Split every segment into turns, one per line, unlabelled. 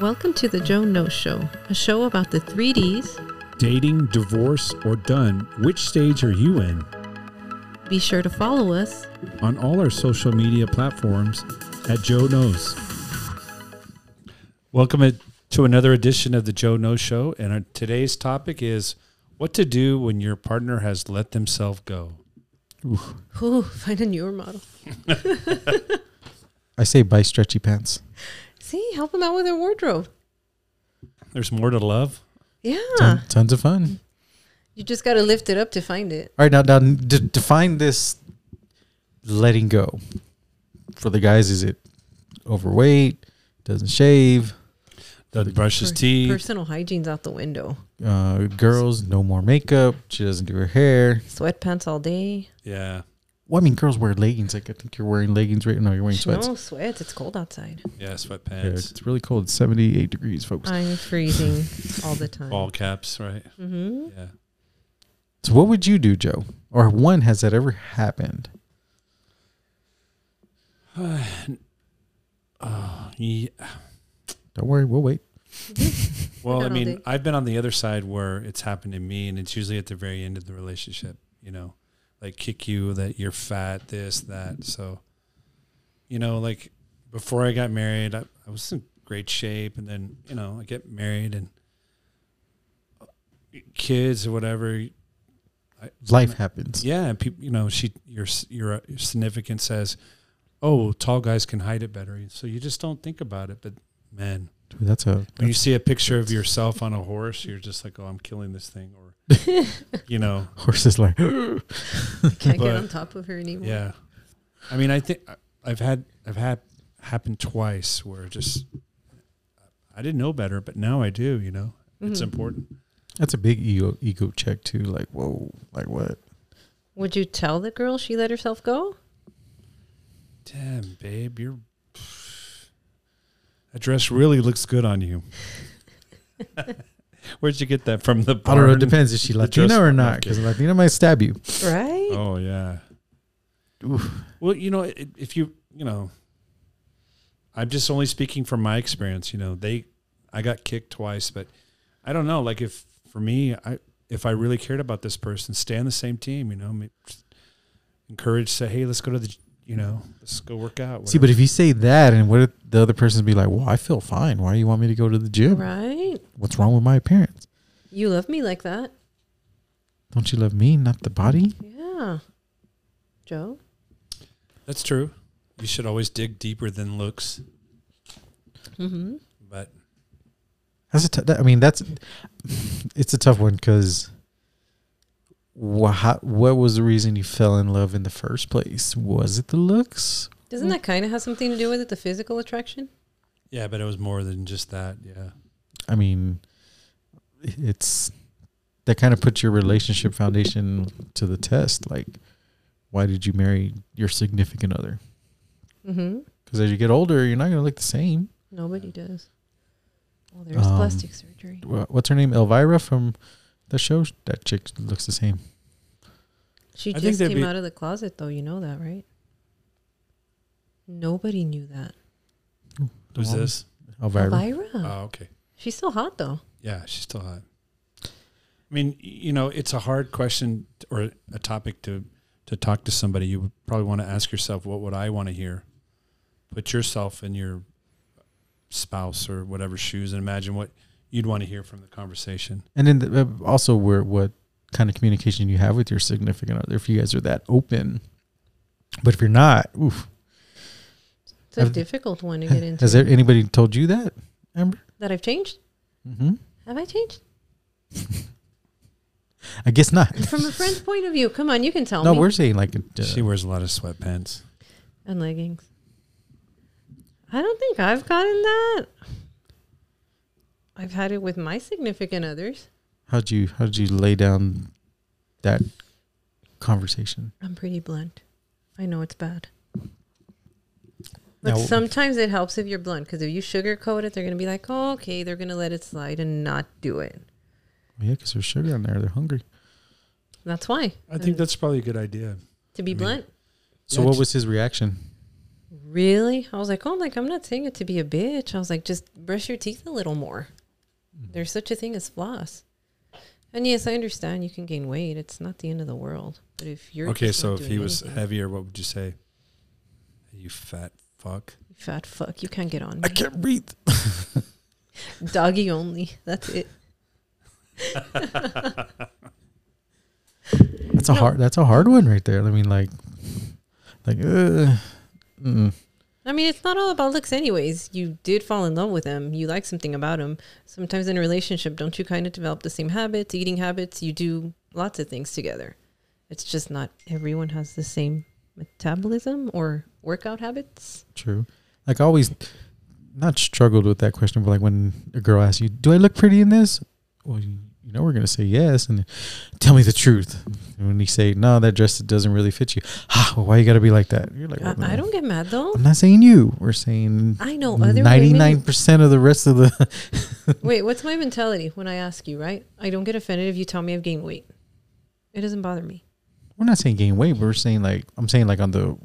Welcome to the Joan No Show, a show about the 3Ds.
Dating, divorce, or done, which stage are you in?
Be sure to follow us.
On all our social media platforms at Joe Knows. Welcome it- to another edition of the Joe Knows Show. And our, today's topic is what to do when your partner has let themselves go.
Ooh, find a newer model.
I say buy stretchy pants.
See, help them out with their wardrobe.
There's more to love.
Yeah.
Ton- tons of fun.
You just got to lift it up to find it.
All right, now, now d- define this letting go. For the guys, is it overweight? Doesn't shave?
Doesn't brush his
Per-
teeth.
Personal hygiene's out the window.
Uh, girls, no more makeup. She doesn't do her hair.
Sweatpants all day.
Yeah.
Well, I mean, girls wear leggings. Like I think you're wearing leggings right now. You're wearing sweats.
No sweats. It's cold outside.
Yeah.
Yeah,
Sweatpants.
it's really cold. It's 78 degrees, folks.
I'm freezing all the time.
Ball caps, right?
Mm-hmm.
Yeah.
So, what would you do, Joe? Or one has that ever happened?
Oh, yeah.
Don't worry, we'll wait.
Well, I
not all
mean,
day.
I've been on the other side where it's happened to me, and it's usually at the very end of the relationship, you know, like kick you that you're fat, this, that. So, you know, like before I got married, I, I was in great shape. And then, you know, I get married and uh, kids or whatever.
Life happens.
Yeah. And people, you know, she, your, s- your, uh, your significant says, oh, tall guys can hide it better. So you just don't think about it. But man,
Dude, That's a
when you see a picture of yourself on a horse, you're just like, oh, I'm killing this thing, or you know,
horse is like,
Can't get
But-
on top of her anymore.
yeah. I mean, I think uh, I've had I've had happened twice where just I didn't know better, but now I do. You know, it's
Mhm.
important.
that's a big ego ego check too. Like, whoa, like what?
Would you tell the girl she let herself go?
Damn, babe, you're that dress really looks good on you. Where'd you get that from? The
I don't know. It
barn?
depends if she's
dress
Latina or
barn,
not,
okay.
because Latina might stab you.
Right?
Oh yeah. Well, you know, i- if you you know, I'm just only speaking from my experience. You know, they, I got kicked twice, but I don't know. Like if for me, I if I really cared about this person, stay on the same team. You know, ma- encourage, say, hey, let's go to the, you know, let's go work out.
See, but if you say that, and what if the other person be like, "Well, I feel fine. Why do you want me to go to the gym?
Right?
What's wrong with my appearance?
You love me like that.
Don't you love me, not the body?"
Yeah. Joe?
that's true. You should always dig deeper than looks.
Mm-hmm.
But
That's a. T- that, I mean, that's it's a tough one because what what was the reason you fell in love in the first place? Was it the looks?
Doesn't that kind of have something to do with it, the physical attraction?
yeah, but it was more than just that. Yeah.
I mean, it's that kind of puts your relationship foundation to the test. Like, why did you marry your significant other?
Mm-hmm.
Because as you get older, you're not going to look the same.
Nobody does. Well, there's
Um,
Oh, plastic surgery.
Wha- What's her name? Elvira from the show. That chick looks the same.
She
I think
just
there'd
came
be-
out of the closet, though. You know that, right? Nobody knew that.
Who's
Well,
this?
Elvira.
Elvira.
Uh,
Oh, okay.
She's still hot, though.
Yeah, she's still hot. I mean, y- you know, it's a hard question t- or a topic to to talk to somebody. You would probably want to ask yourself, what would I want to hear? Put yourself in your spouse or whatever shoes and imagine what you'd want to hear from the conversation.
And then the, uh, also, where what kind of communication you have with your significant other? If you guys are that open, but if you're not, oof.
It's a
Have-
difficult one to get into.
Has there anybody told you that, Amber?
that I've changed?
Mm-hmm.
Have I changed?
I guess not.
From a friend's point of view, come on, you can tell
No,
me.
we're saying like uh,
She wears a lot of sweatpants.
and leggings. I don't think I've gotten that. I've had it with my significant others.
How'd you how'd you lay down that conversation?
I'm pretty blunt. I know it's bad. But
Now-
sometimes it helps if you're blunt because if you sugarcoat it, they're going to be like, oh, okay, they're going to let it slide and not do it.
Yeah, because there's sugar in there. They're hungry.
That's why.
I think that's probably a good idea.
to be
I mean-
blunt.
So
Yeah,
what
just-
was his reaction?
Really? I was like, oh, like, I'm not saying it to be a bitch. I was like, just brush your teeth a little more. There's such a thing as floss. And yes, I understand you can gain weight. It's not the end of the world. But if you're
okay,
just
so
not
if
doing
he was
anything,
heavier, what would you say? You fat fuck.
you fat fuck, you can't get on.
I
me.
can't breathe.
Doggy only. That's it.
That's a hard. That's a hard one right there. I mean, like, like, uh, mm.
I mean, it's not all about looks, anyways. You did fall in love with him. You like something about him. Sometimes in a relationship, don't you kind of develop the same habits, eating habits? You do lots of things together. It's just not everyone has the same metabolism or workout habits.
True. Like I always not struggled with that question, but like when a girl asks you, Do I look pretty in this? Well, you, you know we're gonna say yes and tell me the truth. And when you say, No, that dress doesn't really fit you, ah, well, why you gotta be like that? You're like, "Well,
I, I don't get mad though.
I'm not saying you. We're saying
I know other
ninety nine
women.
percent of the rest of the
Wait, what's my mentality when I ask you, right? I don't get offended if you tell me I've gained weight. It doesn't bother me.
we're not saying gain weight, but we're saying like I'm saying like on the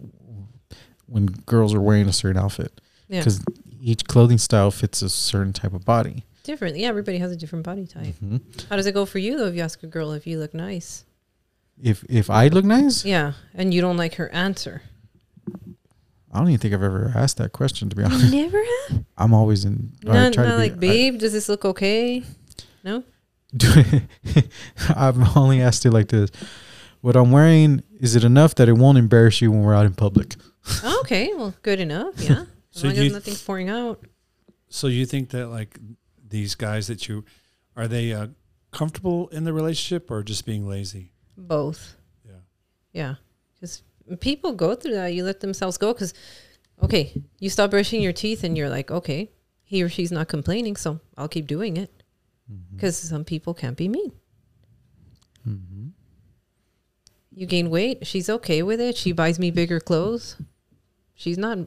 when girls are wearing a certain outfit.
Yeah.
Because each clothing style fits a certain type of body.
Different. Yeah, everybody has a different body type.
Mhm.
How does it go for you though if you ask a girl if you look nice?
If if I look nice,
Yeah, and you don't like her answer.
I don't even think I've ever asked that question to be honest.
You never have.
I'm always in. or I
Not,
try to
not
be-
like, babe, does this look okay?
I, I've only asked it like this: What I'm wearing is it enough that it won't embarrass you when we're out in public?
Oh, okay, well, good enough. Yeah, as
So
long
you-
as nothing's pouring out.
So you think that like these guys that you are they uh, comfortable in the relationship or just being lazy?
Both.
Yeah.
Yeah, because people go through that. You let themselves go because, okay, you stop brushing your teeth and you're like, okay, he or she's not complaining, so I'll keep doing it. Because some people can't be mean.
Mm-hmm.
You gain weight. She's okay with it. She buys me bigger clothes. She's not.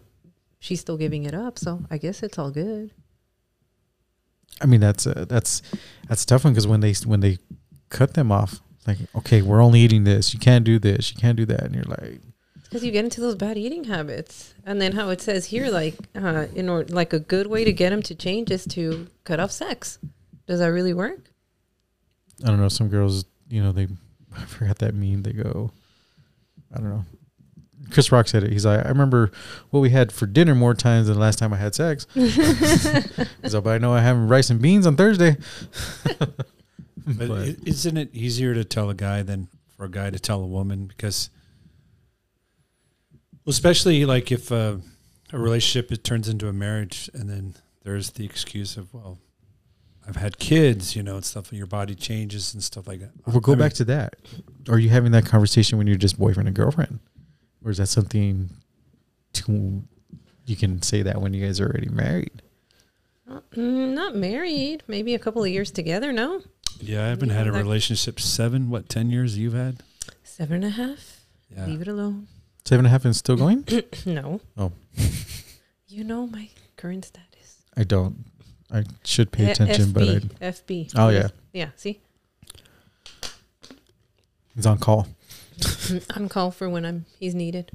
She's still giving it up. So I guess it's all good.
I mean, that's a, that's that's a tough one because when they when they cut them off, like, okay, we're only eating this. You can't do this. You can't do that. And you're like,
Because you get into those bad eating habits, and then how it says here, like uh, in or, like a good way to get them to change is to cut off sex. Does that really work?
I don't know. Some girls, you know, they I forgot that meme. They go, I don't know. Chris Rock said it. He's like, I remember what we had for dinner more times than the last time I had sex. He's like, but I know I have rice and beans on Thursday.
But,
But-
i- isn't it easier to tell a guy than for a guy to tell a woman? Because, well, especially like if uh, a relationship it turns into a marriage, and then there's the excuse of, well, I've had kids, you know, and stuff. And your body changes and stuff like that.
We'll go
I mean,
back to that. Are you having that conversation when you're just boyfriend and girlfriend, or is that something to you can say that when you guys are already married?
Uh, mm, Not married. Maybe a couple of years together. No,
yeah, I haven't had a
Like-
relationship seven, what ten years you've had?
seven and a half.
Yeah,
Leave it alone.
Seven and a half and still going?
no.
Oh.
you know my current status.
I don't. I should pay attention,
FB,
but I,
FB.
Oh, yeah.
Yeah. See,
he's on call.
I'm called for when I'm he's needed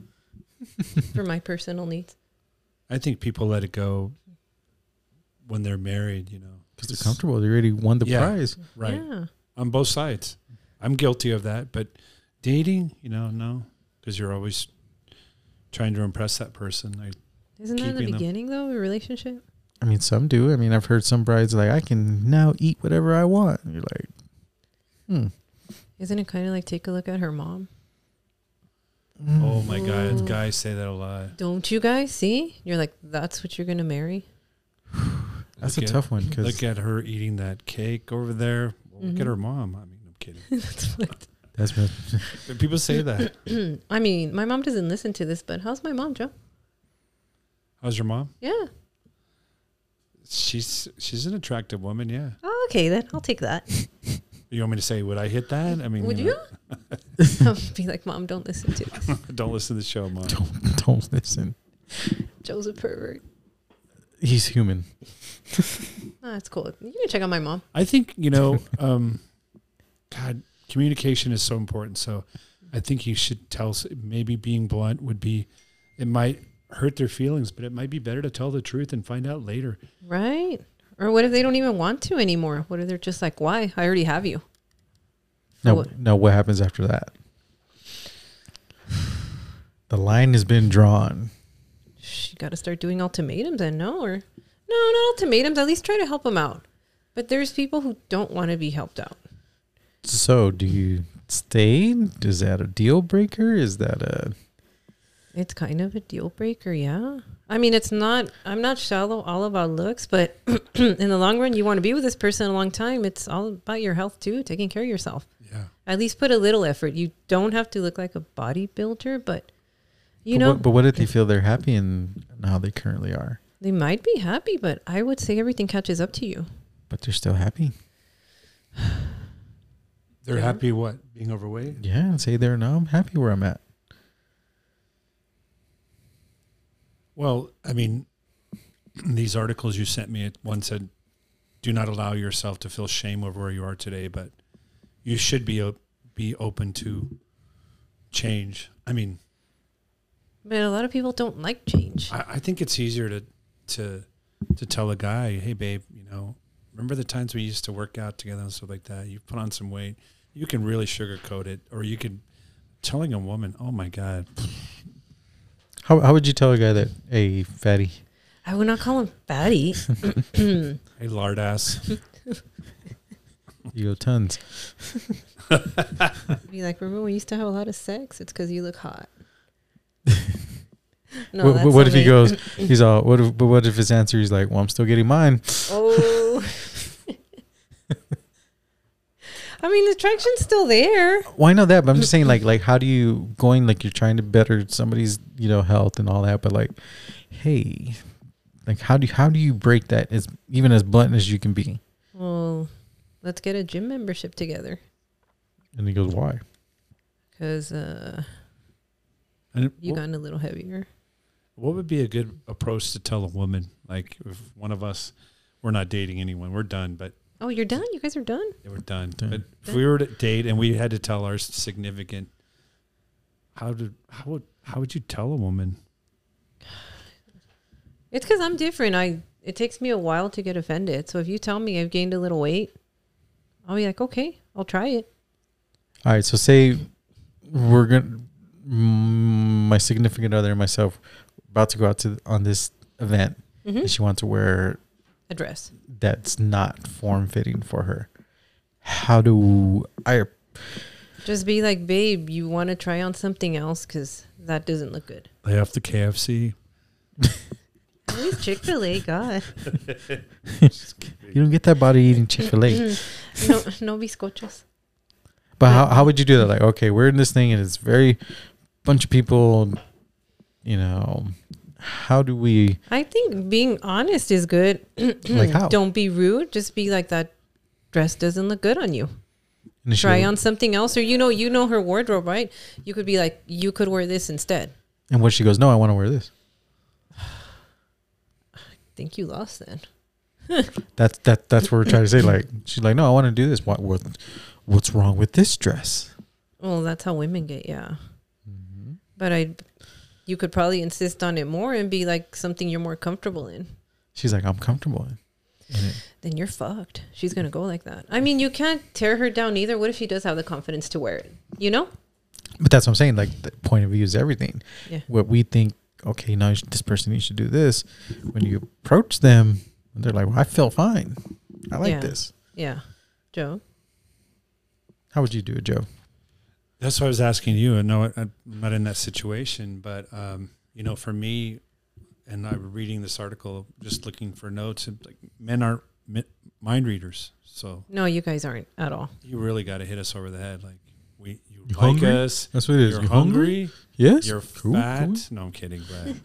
for my personal needs.
I think people let it go when they're married, you know,
Because they're comfortable. They already won the
Yeah.
prize.
right?
Yeah.
on both sides. I'm guilty of that, but dating, you know, no, because you're always trying to impress that person. I,
Isn't that the
Keeping them-
beginning though? A relationship.
I mean, some do. I mean, I've heard some brides like, I can now eat whatever I want. And you're like, hmm.
Isn't it kind of like take a look at her mom?
oh my god,
Ooh.
guys say that a lot.
Don't you guys see? You're like, that's what you're gonna marry.
That's
Look
a
at-
tough one because
Look at her eating that cake over there. Well, Look
Mhm.
at her mom. I mean, I'm kidding.
that's what.
that's been-
But people say that.
I mean, my mom doesn't listen to this, but how's my mom, Joe?
How's your mom?
Yeah.
She's she's an attractive woman. Yeah.
Oh, okay, then I'll take that.
You want me to say would I hit that? I mean,
Would
know,
you? I'll be like, mom, don't listen to this.
don't listen to the show, mom.
don't listen.
Joe's a pervert.
He's human.
No, that's Ah, cool. You can check out my mom.
I think you know, um, God, communication is so important. So, I think you should tell. s- Maybe being blunt would be, it might hurt their feelings, but it might be better to tell the truth and find out later.
Right. Or what if they don't even want to anymore? What if they're just like, why? I already have you.
Now,
What-
now what happens after that? The line has been drawn.
Sh- You got to start doing ultimatums and no, or no, not ultimatums. At least try to help them out. But there's people who don't want to be helped out.
So, do you stay? Is that a deal breaker? Is that a
It's kind of a deal breaker, yeah. I mean, it's not. I'm not shallow all about looks, but in the long run, you want to be with this person a long time. It's all about your health too, taking care of yourself.
Yeah.
At least put a little effort. You don't have to look like a bodybuilder, but you
but
know
What, but what if they feel they're happy in in how they currently are,
they might be happy, but I would say everything catches up to you.
but they're still happy?
They're
Yeah.
happy what? Being overweight?
Yeah, and say they're no, I'm happy where I'm at.
Well, I mean, these articles you sent me, it- one said, "Do not allow yourself to feel shame over where you are today, but you should be op- be open to change." I mean,
But a lot of people don't like change.
I, I think it's easier to to to tell a guy, "Hey, babe, you know, remember the times we used to work out together and stuff like that? You put on some weight. You can really sugarcoat it, or you can." Telling a woman, "Oh my God,
How, how would you tell a guy that, hey, fatty,
I would not call him fatty.
hey lard ass,"
you go tons?
Be like, remember when we used to have a lot of sex? It's because you look hot. No,
what,
that's
what,
not
if he
me.
goes, he's all, what if, but what if his answer is like, well, I'm still getting mine?
Oh. I mean, the attraction's still there.
Well, I know that, but I'm just saying, like, like how do you going like you're trying to better somebody's you know health and all that, but like, hey, like how do you, how do you break that as even as blunt as you can be?
Well, let's get a gym membership together
And he goes, why?
because uh,
and
you gotten a little heavier.
What would be a good approach to tell a woman? Like, if one of us, we're not dating anyone, we're done, but
Oh, you're done? You guys are done?
they were done.
Done.
But if we were to date and we had to tell our significant, how did how would how would you tell a woman?
It's because I'm different. I It takes me a while to get offended. So if you tell me I've gained a little weight, I'll be like, okay, I'll try it.
All right, so say we're gonna mm, my significant other and myself about to go out to on this event,
Mhm.
and she wants to wear
A dress.
that's not form fitting for her. How do I?
Just be like, babe, you want to try on something else because that doesn't look good.
Lay off the KFC.
At least Chick fil A, God.
You don't get that body eating Chick Fil
Mm-hmm.
A.
No, no biscochos.
But how, how would you do that? Like, okay, we're in this thing and it's very bunch of people, you know. How do we
I think being honest is good.
like how?
Don't be rude. Just be like that dress doesn't look good on you.
And she
Try
goes-
on something else. Or you know, you know her wardrobe, right? You could be like, you could wear this instead.
And what she goes, no, I want to wear this.
think you lost then.
That's that. That's what we're trying to say. Like she's like, no, I want to do this. What, what what's wrong with this dress?
Well, that's how women get, yeah.
Mm-hmm.
But I you could probably insist on it more and be like something you're more comfortable in.
She's like, I'm comfortable in, in it.
Then you're fucked. She's gonna go like that. I mean, you can't tear her down either. What if she does have the confidence to wear it? You know?
But that's what I'm saying. Like the point of view is everything.
Yeah.
What we think, okay, now you should- this person you should do this. When you approach them, they're like, well, I feel fine. I like
Yeah.
this.
Yeah. Joe.
How would you do it, Joe?
That's what I was asking you. And no, I- I'm not in that situation, but um, you know, for me, and I was reading this article, just looking for notes. And like, men aren't mi- mind readers, so
No, you guys aren't at all.
you really got to hit us over the head. Like, we you
You
like
hungry?
us.
That's what it
You're hungry.
Yes.
You're
Cool,
fat.
cool.
No, I'm kidding. But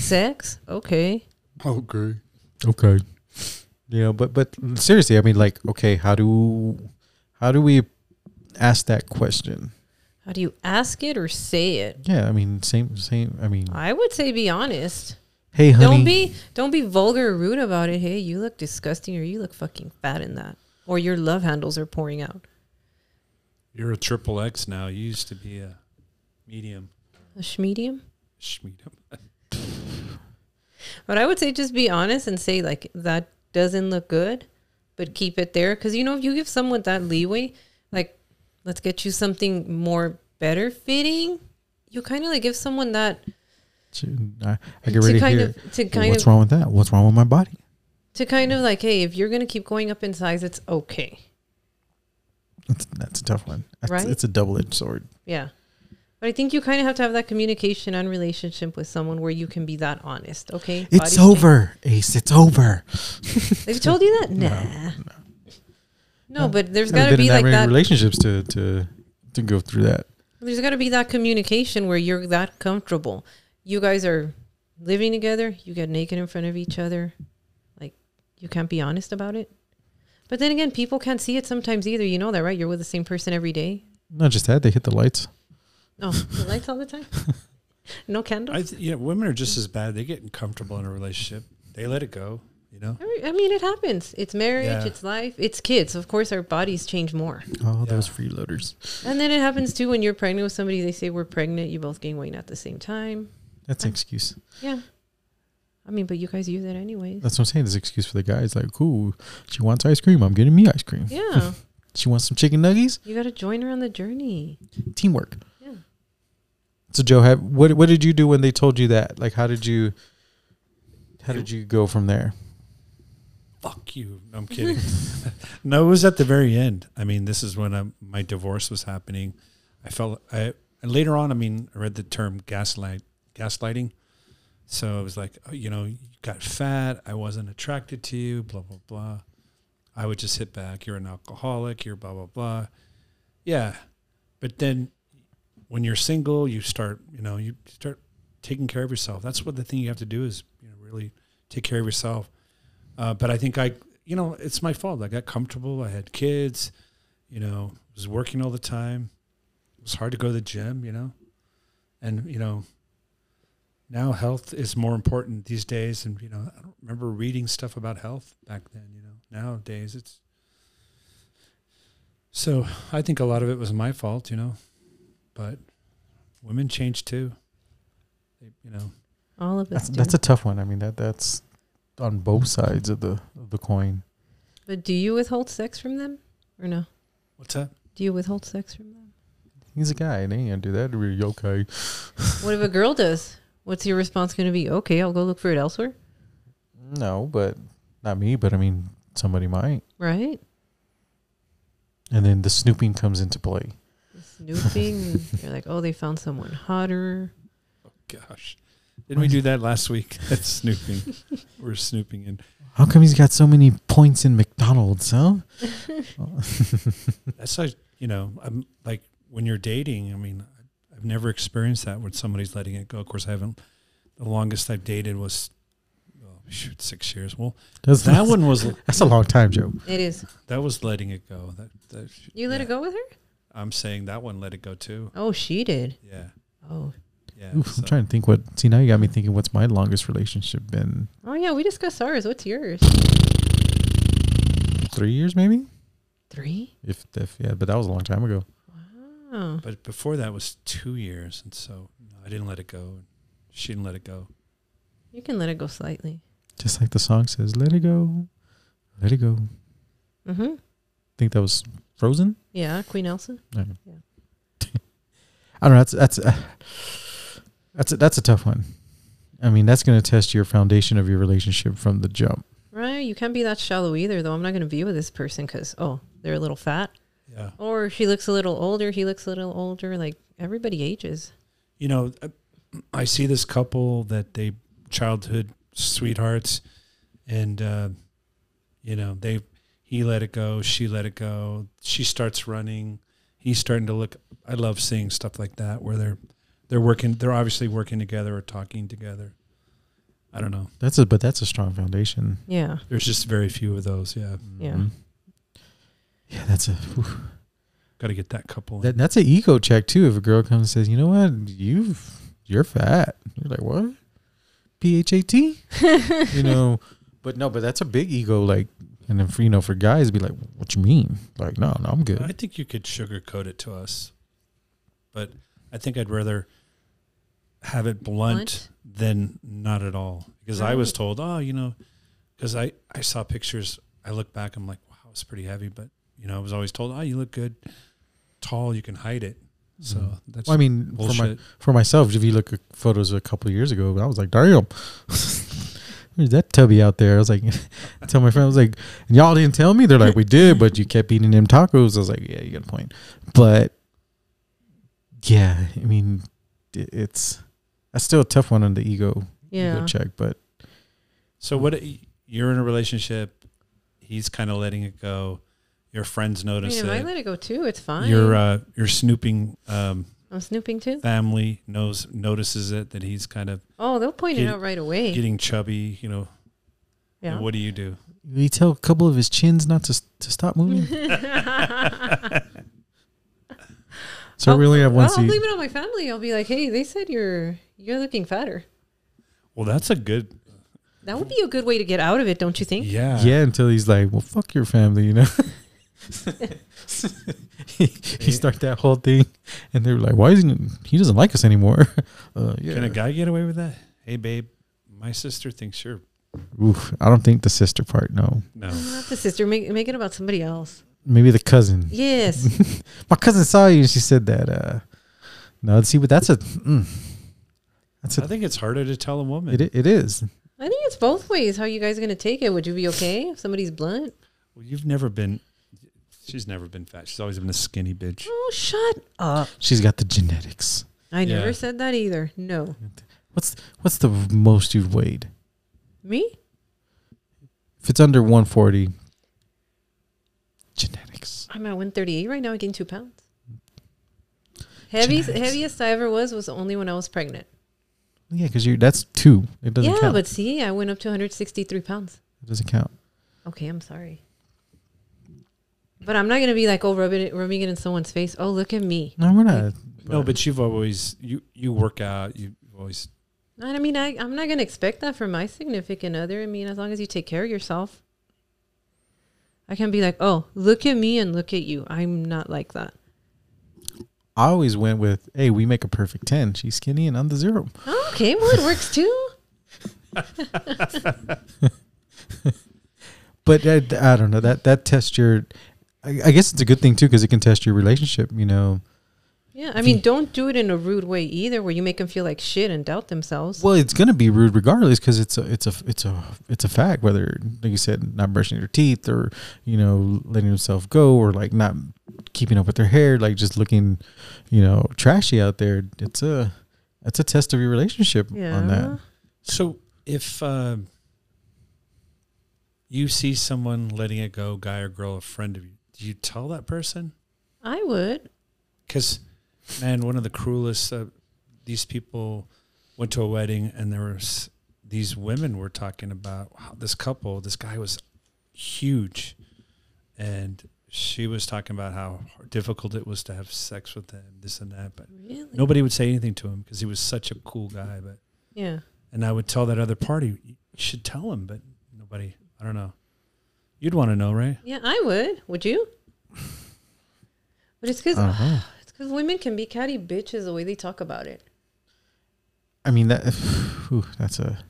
Sex? Okay.
okay.
Okay. Yeah, but but seriously, I mean, like, okay, how do how do we ask that question?
How do you ask it or say it?
Yeah, I mean, same same. I mean,
I would say be honest.
hey, honey,
Don't be don't be vulgar or rude about it. Hey, you look disgusting or you look fucking fat in that. Or your love handles are pouring out.
You're a triple X now. You used to be a medium.
A schmedium?
Schmedium.
But I would say just be honest and say like that doesn't look good, but keep it there because you know if you give someone that leeway, like let's get you something more better fitting, you kind of like give someone that
To- uh, I, I get
to
ready to
kind
hear.
of to
"Well,
kind
what's
of
wrong with that? What's wrong with my body?
to kind of like hey if you're gonna keep going up in size it's okay
That's, that's a tough one. That's,
Right?
It's a double edged sword.
yeah. But I think you kind of have to have that communication and relationship with someone where you can be that honest. Okay,
It's
Body shape.
over, Ace. It's over.
They've told you that? Nah. No, but there's got to be
been in that
like
many
that.
relationships to to to go through that.
There's got to be that communication where you're that comfortable. You guys are living together. You get naked in front of each other. Like you can't be honest about it. But then again, people can't see it sometimes either. You know that, right? You're with the same person every day.
Not just that, they hit the lights.
Oh, the lights all the time. No candles.
I th- yeah, women are just as bad. They get comfortable in a relationship. They let it go. You know.
Every- I mean, it happens. It's marriage.
Yeah.
It's life. It's kids. Of course, our bodies change more.
Oh, those
Yeah.
freeloaders.
And then it happens too when you're pregnant with somebody. They say we're pregnant. You both gain weight at the same time.
That's an excuse.
Yeah. I mean, but you guys use it anyways.
That's what I'm saying. This excuse for the guys like, cool. She wants ice cream. I'm getting me ice cream.
Yeah.
She wants some chicken nuggies.
you got to join her on the journey.
Teamwork.
Yeah.
So Joe, have, what what did you do when they told you that? Like, how did you how did you go from there?
Fuck you. No, I'm kidding. no, it was at the very end. I mean, this is when I, my divorce was happening. I felt I and later on. I mean, I read the term gaslight gaslighting. So it was like, oh, you know, you got fat. I wasn't attracted to you. Blah blah blah. I would just hit back. You're an alcoholic. You're blah blah blah. Yeah, but then when you're single, you start, you know, you start taking care of yourself. That's what the thing you have to do is, you know, really take care of yourself. Uh, but I think I, you know, it's my fault. I got comfortable. I had kids, you know, was working all the time. It was hard to go to the gym, you know, and you know, now health is more important these days. And you know, I don't remember reading stuff about health back then. You know, nowadays it's. So I think a lot of it was my fault, you know, but women change too. They, you know,
All of us
That's
do.
that's a tough one. I mean that that's on both sides of the of the coin.
but do you withhold sex from them or no?
what's that?
Do you withhold sex from them?
He's a guy, and he ain't gonna do that. Really, okay.
What if a girl does? What's your response going to be? Okay, I'll go look for it elsewhere.
No, but not me. But I mean, somebody might.
Right?
And then the snooping comes into play.
Snooping. you're like, oh, they found someone hotter.
Gosh. Didn't we do that last week? That's snooping. We're snooping in.
How come he's got so many points in McDonald's? Huh?
That's like, you know, I'm like when you're dating, I mean, I've never experienced that when somebody's letting it go. Of course, I haven't. The longest I've dated was, oh, shoot, six years. Well,
That's
that one was,
That's a long time, Joe.
It is.
that was letting it go. That, that
You let
yeah.
it go with her?
I'm saying that one let it go too.
Oh, she did.
Yeah.
Oh.
Yeah.
Oof,
so-
I'm trying to think what. See, now you got me thinking. What's my longest relationship been?
Oh, yeah. We discussed ours. What's yours?
Three years, maybe.
Three?
If, if yeah, but that was a long time ago.
Oh.
But before that was two years. And so no, I didn't let it go. She didn't let it go.
You can let it go slightly.
Just like the song says, "Let it go, let it go." I
Mm-hmm.
think that was Frozen.
Yeah, Queen Elsa.
I don't know. That's that's uh, that's a, that's a tough one. I mean, that's going to test your foundation of your relationship from the jump.
Right? You can't be that shallow either, though. I'm not going to be with this person because, oh, they're a little fat.
Yeah.
Or she looks a little older. He looks a little older. Like everybody ages.
you know, uh, I see this couple that they childhood sweethearts, and uh, you know they he let it go, she let it go. She starts running, he's starting to look. I love seeing stuff like that where they're they're working. They're obviously working together or talking together. I don't know.
That's a but that's a strong foundation.
Yeah.
There's just very few of those. Yeah,
Yeah.
Mhm. Yeah, that's a oof.
got to get that couple. in.
that, that's an ego check too. If a girl comes and says, "You know what, you've you're fat," you're like, "What? P H A T?" You know, but no, but that's a big ego. Like, and then for you know, for guys, be like, "What you mean?" Like, no, no, I'm
I
good.
think you could sugarcoat it to us, but I think I'd rather have it blunt,
Blunt?
than not at all. Because I was told, oh, you know, because I, I saw pictures. I look back, I'm like, wow, it's pretty heavy. But, you know, I was always told, oh, you look good, tall, you can hide it. So
Mhm.
that's
Well, I mean,
bullshit.
for my for myself, if you look at photos a couple of years ago, I was like, "Damn, there's that tubby out there." I was like, I "Tell my friend," I was like, and "Y'all didn't tell me." They're like, "We did, but you kept eating them tacos." I was like, "Yeah, you got a point," but yeah, I mean, it, it's that's still a tough one on the ego
Yeah.
ego check, but
So what you're in a relationship, he's kind of letting it go. Your friends
I mean,
notice
if I
it.
let it go too, it's fine.
Your uh, your snooping um,
I'm snooping too.
family knows notices it that he's kind of
Oh, they'll point
Get-
it out right away.
getting chubby. You know,
yeah.
what do you do?
you tell a couple of his chins not to s- to stop moving. So we only have one
Oh, Well, I'll
seat.
blame it on my family. I'll be like, hey, they said you're you're looking fatter.
Well, that's a good
That would be a good way to get out of it, don't you think?
yeah
Yeah, until he's like, "Well, fuck your family," you know. he, he start that whole thing, and they're like, "Why isn't he doesn't like us anymore?" Uh, yeah,
Can a guy get away with that? Hey, babe, my sister thinks you're
Oof, I don't think the sister part. No,
no.
Not the sister. Make, make it about somebody else.
maybe the cousin.
Yes.
My cousin saw you, and she said that. Uh, no, see, but that's a mm, that's
I
a
think it's harder to tell a woman.
it, i- it is.
I think it's both ways. How you guys going to take it? Would you be okay if somebody's blunt?
Well, you've never been. She's never been fat. She's always been a skinny bitch.
Oh, shut up.
She's got the genetics.
I
Yeah.
never said that either. No.
What's what's the most you've weighed?
Me?
If it's under one forty, genetics.
I'm at 138 right now. I gained two pounds. Mm. Heaviest,
Genetics.
heaviest I ever was was only when I was pregnant.
Yeah, because you that's two. It doesn't
yeah,
count.
but see, I went up to 163 pounds.
it doesn't count.
Okay, I'm sorry. But I'm not gonna be like, oh, rubbing it, rubbing it in someone's face. Oh, look at me.
No, we're not.
No, but you've always you you work out. You always
I mean, I, I'm not gonna expect that from my significant other. I mean, as long as you take care of yourself, I can be like, oh, look at me and look at you. I'm not like that.
I always went with, hey, we make a perfect 10. She's skinny and I'm the zero.
Oh, Okay, well, it works too.
But I, I don't know. That that tests your, I, I guess it's a good thing too, because it can test your relationship, you know.
Yeah, I mean, don't do it in a rude way either, where you make them feel like shit and doubt themselves.
Well, it's going to be rude regardless because it's a, it's a, it's a, it's a fact, whether, like you said, not brushing your teeth or, you know, letting yourself go or like not keeping up with their hair, like just looking, you know, trashy out there. It's a, it's a test of your relationship
Yeah.
on that.
So if uh, you see someone letting it go, guy or girl, a friend of you, do you tell that person?
I would.
Because man, one of the cruelest. Uh, these people went to a wedding, and there was these women were talking about how this couple. This guy was huge, and she was talking about how difficult it was to have sex with him, this and that. But
Really?
nobody would say anything to him because he was such a cool guy. But
Yeah.
and I would tell that other party, you should tell him, but nobody, I don't know. You'd want to know, right?
Yeah, I would. Would you? But it's because
Uh-huh.
it's because women can be catty bitches the way they talk about it.
I mean that whew, that's a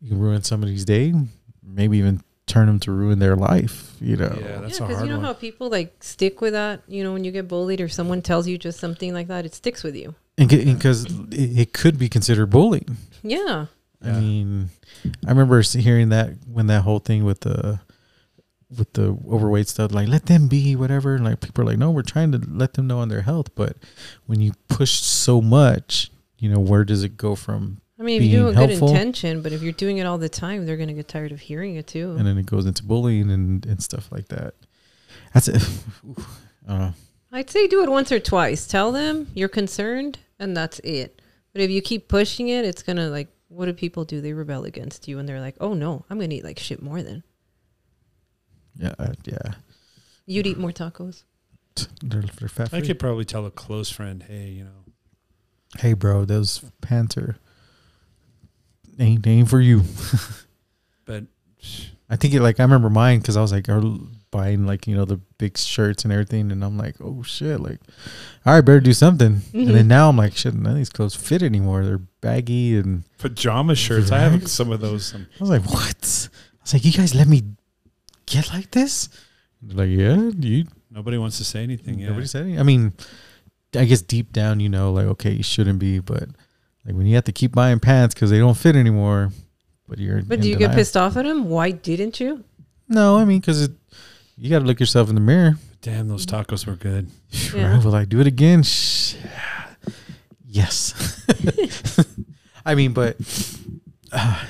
you can ruin somebody's day, maybe even turn them to ruin their life. You know,
Yeah, that's
yeah,
a hard
you know
one.
how people like stick with that. You know, when you get bullied or someone tells you just something like that, it sticks with you.
and because it, it could be considered bullying.
Yeah.
Yeah.
I mean, I remember s- hearing that when that whole thing with the with the overweight stuff, like let them be, whatever. and, Like people are like, no, we're trying to let them know on their health, but when you push so much, you know, where does it go from?
I mean, if you
Being
do a
helpful.
good intention, but if you're doing it all the time, they're gonna get tired of hearing it too.
And then it goes into bullying and and stuff like that. That's it. Uh,
I'd say do it once or twice. Tell them you're concerned, and that's it. But if you keep pushing it, it's gonna like. What do people do? They rebel against you, and they're like, "Oh no, I'm gonna eat like shit more then."
Yeah, uh, yeah.
You'd eat more tacos.
T- They're, they're fat.
I
free.
could probably tell a close friend, hey, you know,
Hey, bro, those pants are ain't ain't for you.
but
I think it like I remember mine because I was like uh, buying like you know the big shirts and everything, and I'm like, oh shit, like, all right, better do something. And then now I'm like, shit, none of these clothes fit anymore. They're baggy, and
Pajama shirts. I have some of those. Um,
I was like, what? I was like, you guys let me get like this? They're like, yeah, you.
Nobody wants to say anything. Yeah.
Nobody said anything. I mean, I guess deep down you know, like, okay, you shouldn't be, but like when you have to keep buying pants because they don't fit anymore, but you're.
But
in
do you get
denial.
pissed off at him? Why didn't you?
No, I mean, because you got to look yourself in the mirror.
Damn, those tacos were good.
Yeah.
Right? Will I do it again? Sh- Yes. I mean, but uh,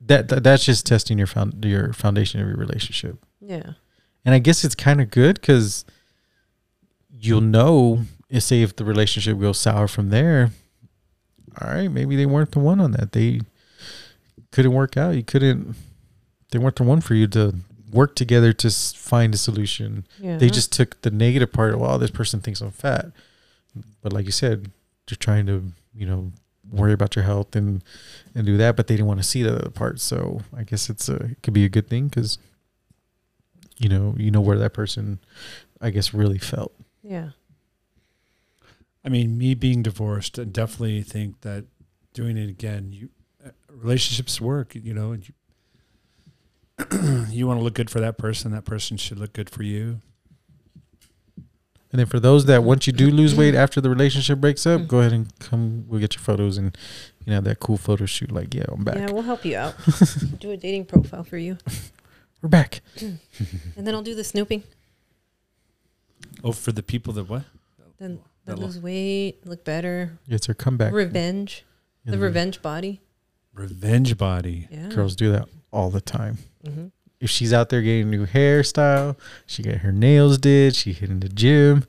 that, that that's just testing your found your foundation of your relationship,
Yeah.
and I guess it's kind of good because you'll know. eh, Say if the relationship goes sour from there, all right, maybe they weren't the one on that. They couldn't work out. You couldn't. They weren't the one for you to work together to s- find a solution
Yeah.
they just took the negative part of wow this person thinks i'm fat but like you said you're trying to you know worry about your health and and do that but they didn't want to see the other part so i guess it's a it could be a good thing because you know you know where that person i guess really felt
Yeah.
I mean, me being divorced, I definitely think that doing it again, you uh, relationships work, you know, and you you want to look good for that person, that person should look good for you.
and then for those that once you do lose
Mm-hmm.
weight after the relationship breaks up go ahead and come we'll get your photos and you know that cool photo shoot like yeah i'm back
Yeah, we'll help you out. do a dating profile for you.
we're back
And then I'll do the snooping.
Oh, for the people that what?
Then
That
then
lo-
lose weight, look better.
it's her comeback
Revenge.
Yeah,
The revenge body.
Revenge body.
Yeah.
girls do that all the time
hmm
if she's out there getting a new hairstyle, she got her nails did, she hit in the gym.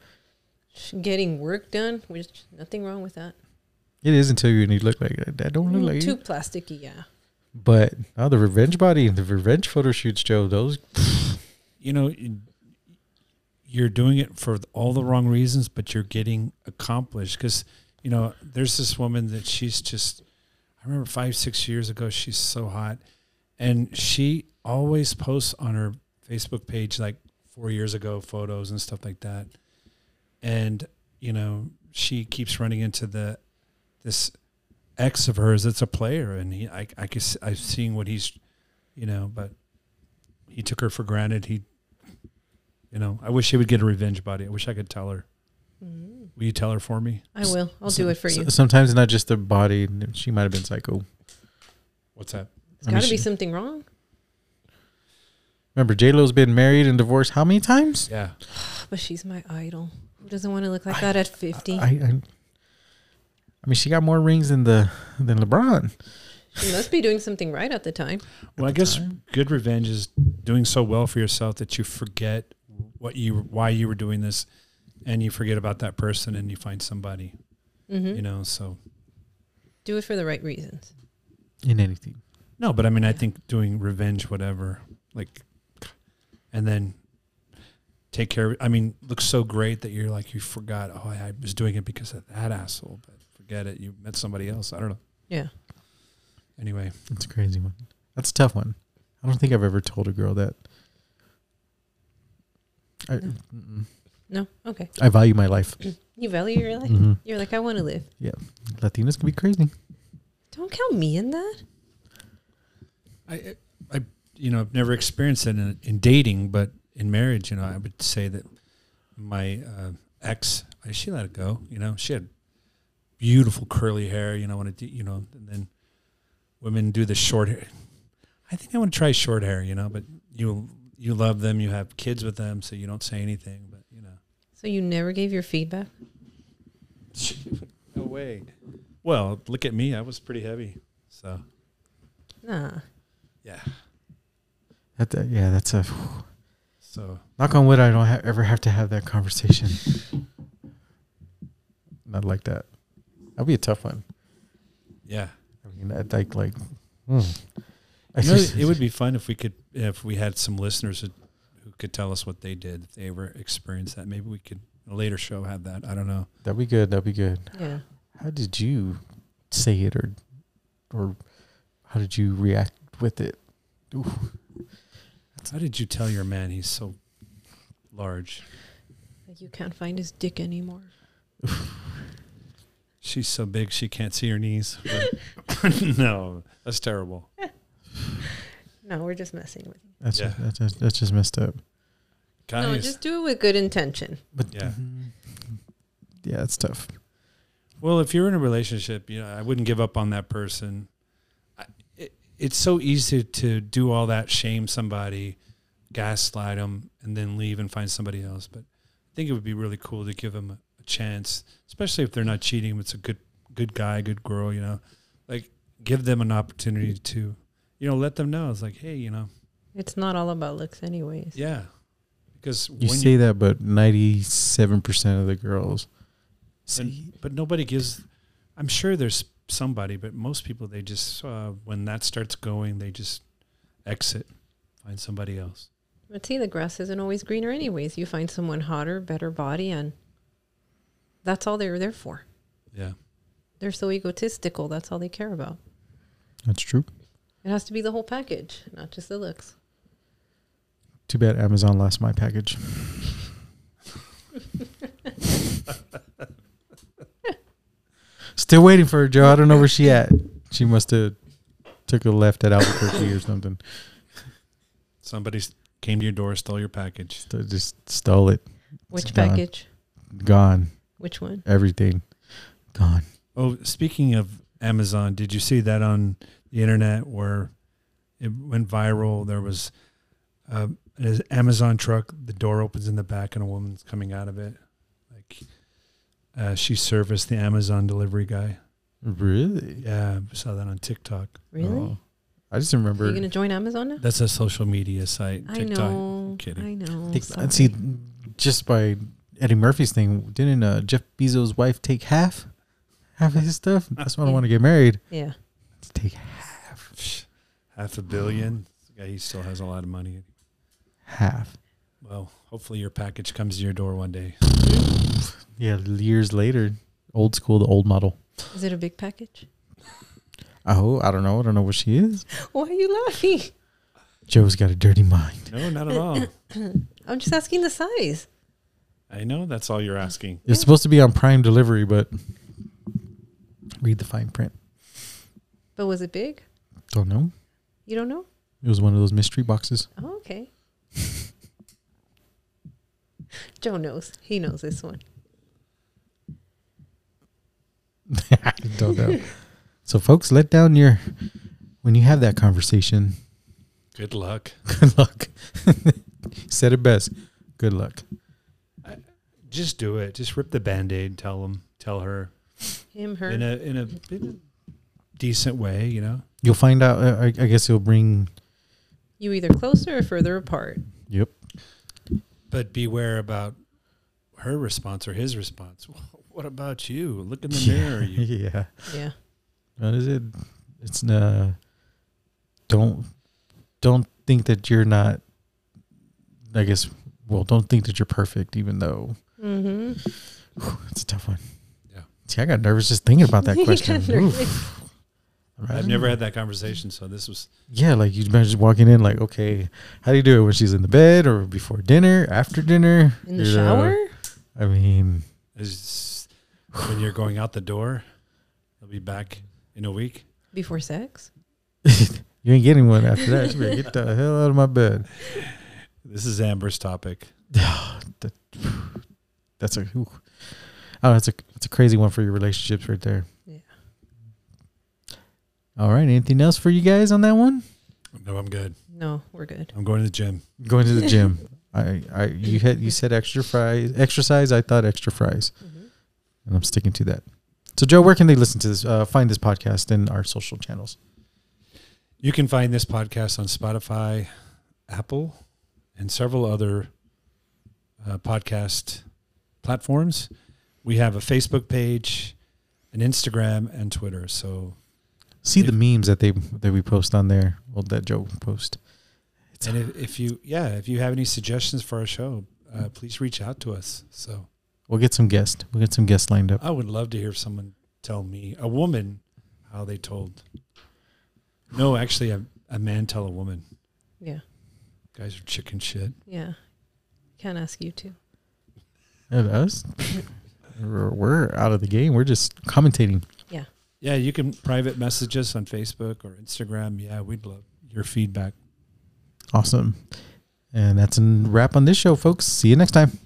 Getting work done, which nothing wrong with that.
It is until you and you look like that. That don't look
Mm,
like
Too
you.
plasticky, yeah.
But oh, the revenge body and the revenge photo shoots, Joe. Those
You know, y- you're doing it for all the wrong reasons, but you're getting accomplished because, you know, there's this woman that she's just, I remember five, six years ago, she's so hot. And she always posts on her Facebook page like four years ago photos and stuff like that. And, you know, she keeps running into the this ex of hers that's a player and he I I guess I've seen what he's you know, but he took her for granted. He you know, I wish he would get a revenge body. I wish I could tell her.
Mm.
Will you tell her for me?
I will. I'll
so-
do it for you.
so- Sometimes it's not just the body. She might have been psycho.
What's that?
There's
I mean,
got to
she-
be something wrong.
Remember, J Lo's been married and divorced how many times?
Yeah.
But she's my idol. Who doesn't want to look like that at 50?
I, I, I mean, she got more rings than the than LeBron.
she must be doing something right at the time.
Well, I guess good revenge is doing so well for yourself that you forget what you why you were doing this and you forget about that person and you find somebody,
hmm
you know, so
Do it for the right reasons.
in anything.
No, but I mean, I
Yeah.
think doing revenge, whatever, like, and then take care. of I mean, looks so great that you're like you forgot. Oh, I, I was doing it because of that asshole. But forget it. You met somebody else. I don't know.
Yeah.
Anyway,
That's a crazy one. That's a tough one. I don't think I've ever told a girl that. I,
No.
mm-mm.
No? Okay.
I value my life.
You value your life?
Mhm.
You're like, I want to live.
Latinas can be crazy.
Don't count me in that.
I, I, you know, I've never experienced it in, in dating, but in marriage, you know, I would say that my uh, ex, I, she let it go. You know, she had beautiful curly hair. You know, when it, you know, and then women do the short hair. I think I want to try short hair. You know, but you you love them, you have kids with them, so you don't say anything. But you know,
So you never gave your feedback?
no way. Well, look at me. I was pretty heavy, so
Nah.
yeah.
That, that- yeah, that's a
So
knock on wood. I don't ha- ever have to have that conversation. Not like that. That'd be a tough one.
yeah.
I mean, I'd like like. hmm. I
You know,
just-
it would be fun if we could, if we had some listeners who, who could tell us what they did, if they ever experienced that. Maybe we could in a later show have that. I don't know.
that'd be good. That'd be good.
Yeah.
How did you say it, or or how did you react with it? Oof.
How did you tell your man he's so large?
Like you can't find his dick anymore.
She's so big she can't see her knees. But- no, that's terrible.
No, we're just messing with you.
That's,
Yeah.
that's, that's, that's just messed up.
Guys,
No, just do it with good intention.
But mm-hmm.
Yeah.
yeah, it's tough.
Well, if you're in a relationship, you know, I wouldn't give up on that person. I, it, it's so easy to do all that, shame somebody, gaslight them, and then leave and find somebody else. But I think it would be really cool to give them a, a chance, especially if they're not cheating. It's a good, good guy, good girl. You know, like give them an opportunity to, you know, let them know. It's like, hey, you know,
It's not all about looks, anyways.
yeah, because
You say that, but ninety-seven percent of the girls
And-
see.
but nobody gives. I'm sure there's somebody, but most people they just uh, when that starts going, they just exit, find somebody else.
But see, the grass isn't always greener, anyways. You find someone hotter, better body, and that's all they're there for.
Yeah,
They're so egotistical. That's all they care about.
That's true.
It has to be the whole package, not just the looks.
Too bad Amazon lost my package. Still waiting for her, Joe. I don't know where she at. She must have took a left at Albuquerque or something.
somebody s- came to your door, stole your package.
So just stole it.
Which
gone.
package?
Gone.
Which one?
Everything. Gone.
Oh, speaking of Amazon, did you see that on the internet where it went viral? There was um, an Amazon truck. The door opens in the back, and a woman's coming out of it. Like uh, she serviced the Amazon delivery guy.
Really?
Yeah, I saw that on TikTok.
Really?
Oh. I just
Are
remember.
you gonna join Amazon now?
That's a social media site.
I know.
kidding.
I know.
Take-
sorry.
see, just by Eddie Murphy's thing, didn't uh, Jeff Bezos' wife take half? Half of his stuff? That's why I want to get married.
Yeah.
Take
Half a billion. Yeah, he still has a lot of money.
half.
Well, hopefully your package comes to your door one day.
Yeah, years later. Old school, the old model.
Is it a big package?
Oh, I don't know. I don't know what she is.
Why are you laughing?
Joe's got a dirty mind.
No, not at all.
I'm just asking the size.
I know that's all you're asking.
It's supposed to be on prime delivery, but read the fine print.
But was it big?
Don't know.
You don't know?
It was one of those mystery boxes.
Oh, okay. Joe knows. He knows this one.
I don't know. so, folks, let down your. When you have that conversation,
Good luck.
good luck. Said it best. Good luck.
Just do it. Just rip the band-aid. Tell them. Tell her
Him, her.
in a in a, in a decent way. You know.
You'll find out. uh, I, I guess it'll bring.
you either closer or further apart.
Yep.
But beware about her response or his response. What about you? Look in the mirror. You
yeah.
Yeah.
What is it? It's uh, don't don't think that you're not. I guess well, don't think that you're perfect, even though
Mm-hmm.
it's a tough one.
Yeah.
See, I got nervous just thinking about that question. Oof. Right?
I've never had that conversation, so this was
Yeah, like you imagine just walking in, like, okay, how do you do it when she's in the bed or before dinner, after dinner,
In the
You know,
shower?
I mean,
is when you're going out the door. I'll be back in a week.
Before sex?
you ain't getting one after that. You better get the hell out of my bed.
This is Amber's topic.
That's a, ooh. oh, that's a, that's a crazy one for your relationships right there.
Yeah.
All right. Anything else for you guys on that one?
No, I'm good.
No, we're good.
I'm going to the gym.
Going to the gym. I, I, you had, you said extra fries, exercise. I thought extra fries,
Mhm.
and I'm sticking to that. So, Joe, where can they listen to this? Uh, find this podcast in our social channels.
You can find this podcast on Spotify, Apple, and several other uh, podcast platforms. We have a Facebook page, an Instagram, and Twitter. So,
See the memes that they that we post on there. Well, that Joe post. It's
and if, if you, yeah, if you have any suggestions for our show, uh, please reach out to us. So,
We'll get some guests. We'll get some guests lined up.
I would love to hear someone tell me, a woman, how they told. No, actually, a, a man tell a woman.
Yeah.
Guys are chicken shit.
Yeah. Can't ask you to.
And us, we're, we're out of the game. We're just commentating.
Yeah, you can private message us on Facebook or Instagram. Yeah, we'd love your feedback.
Awesome. And that's a wrap on this show, folks. See you next time.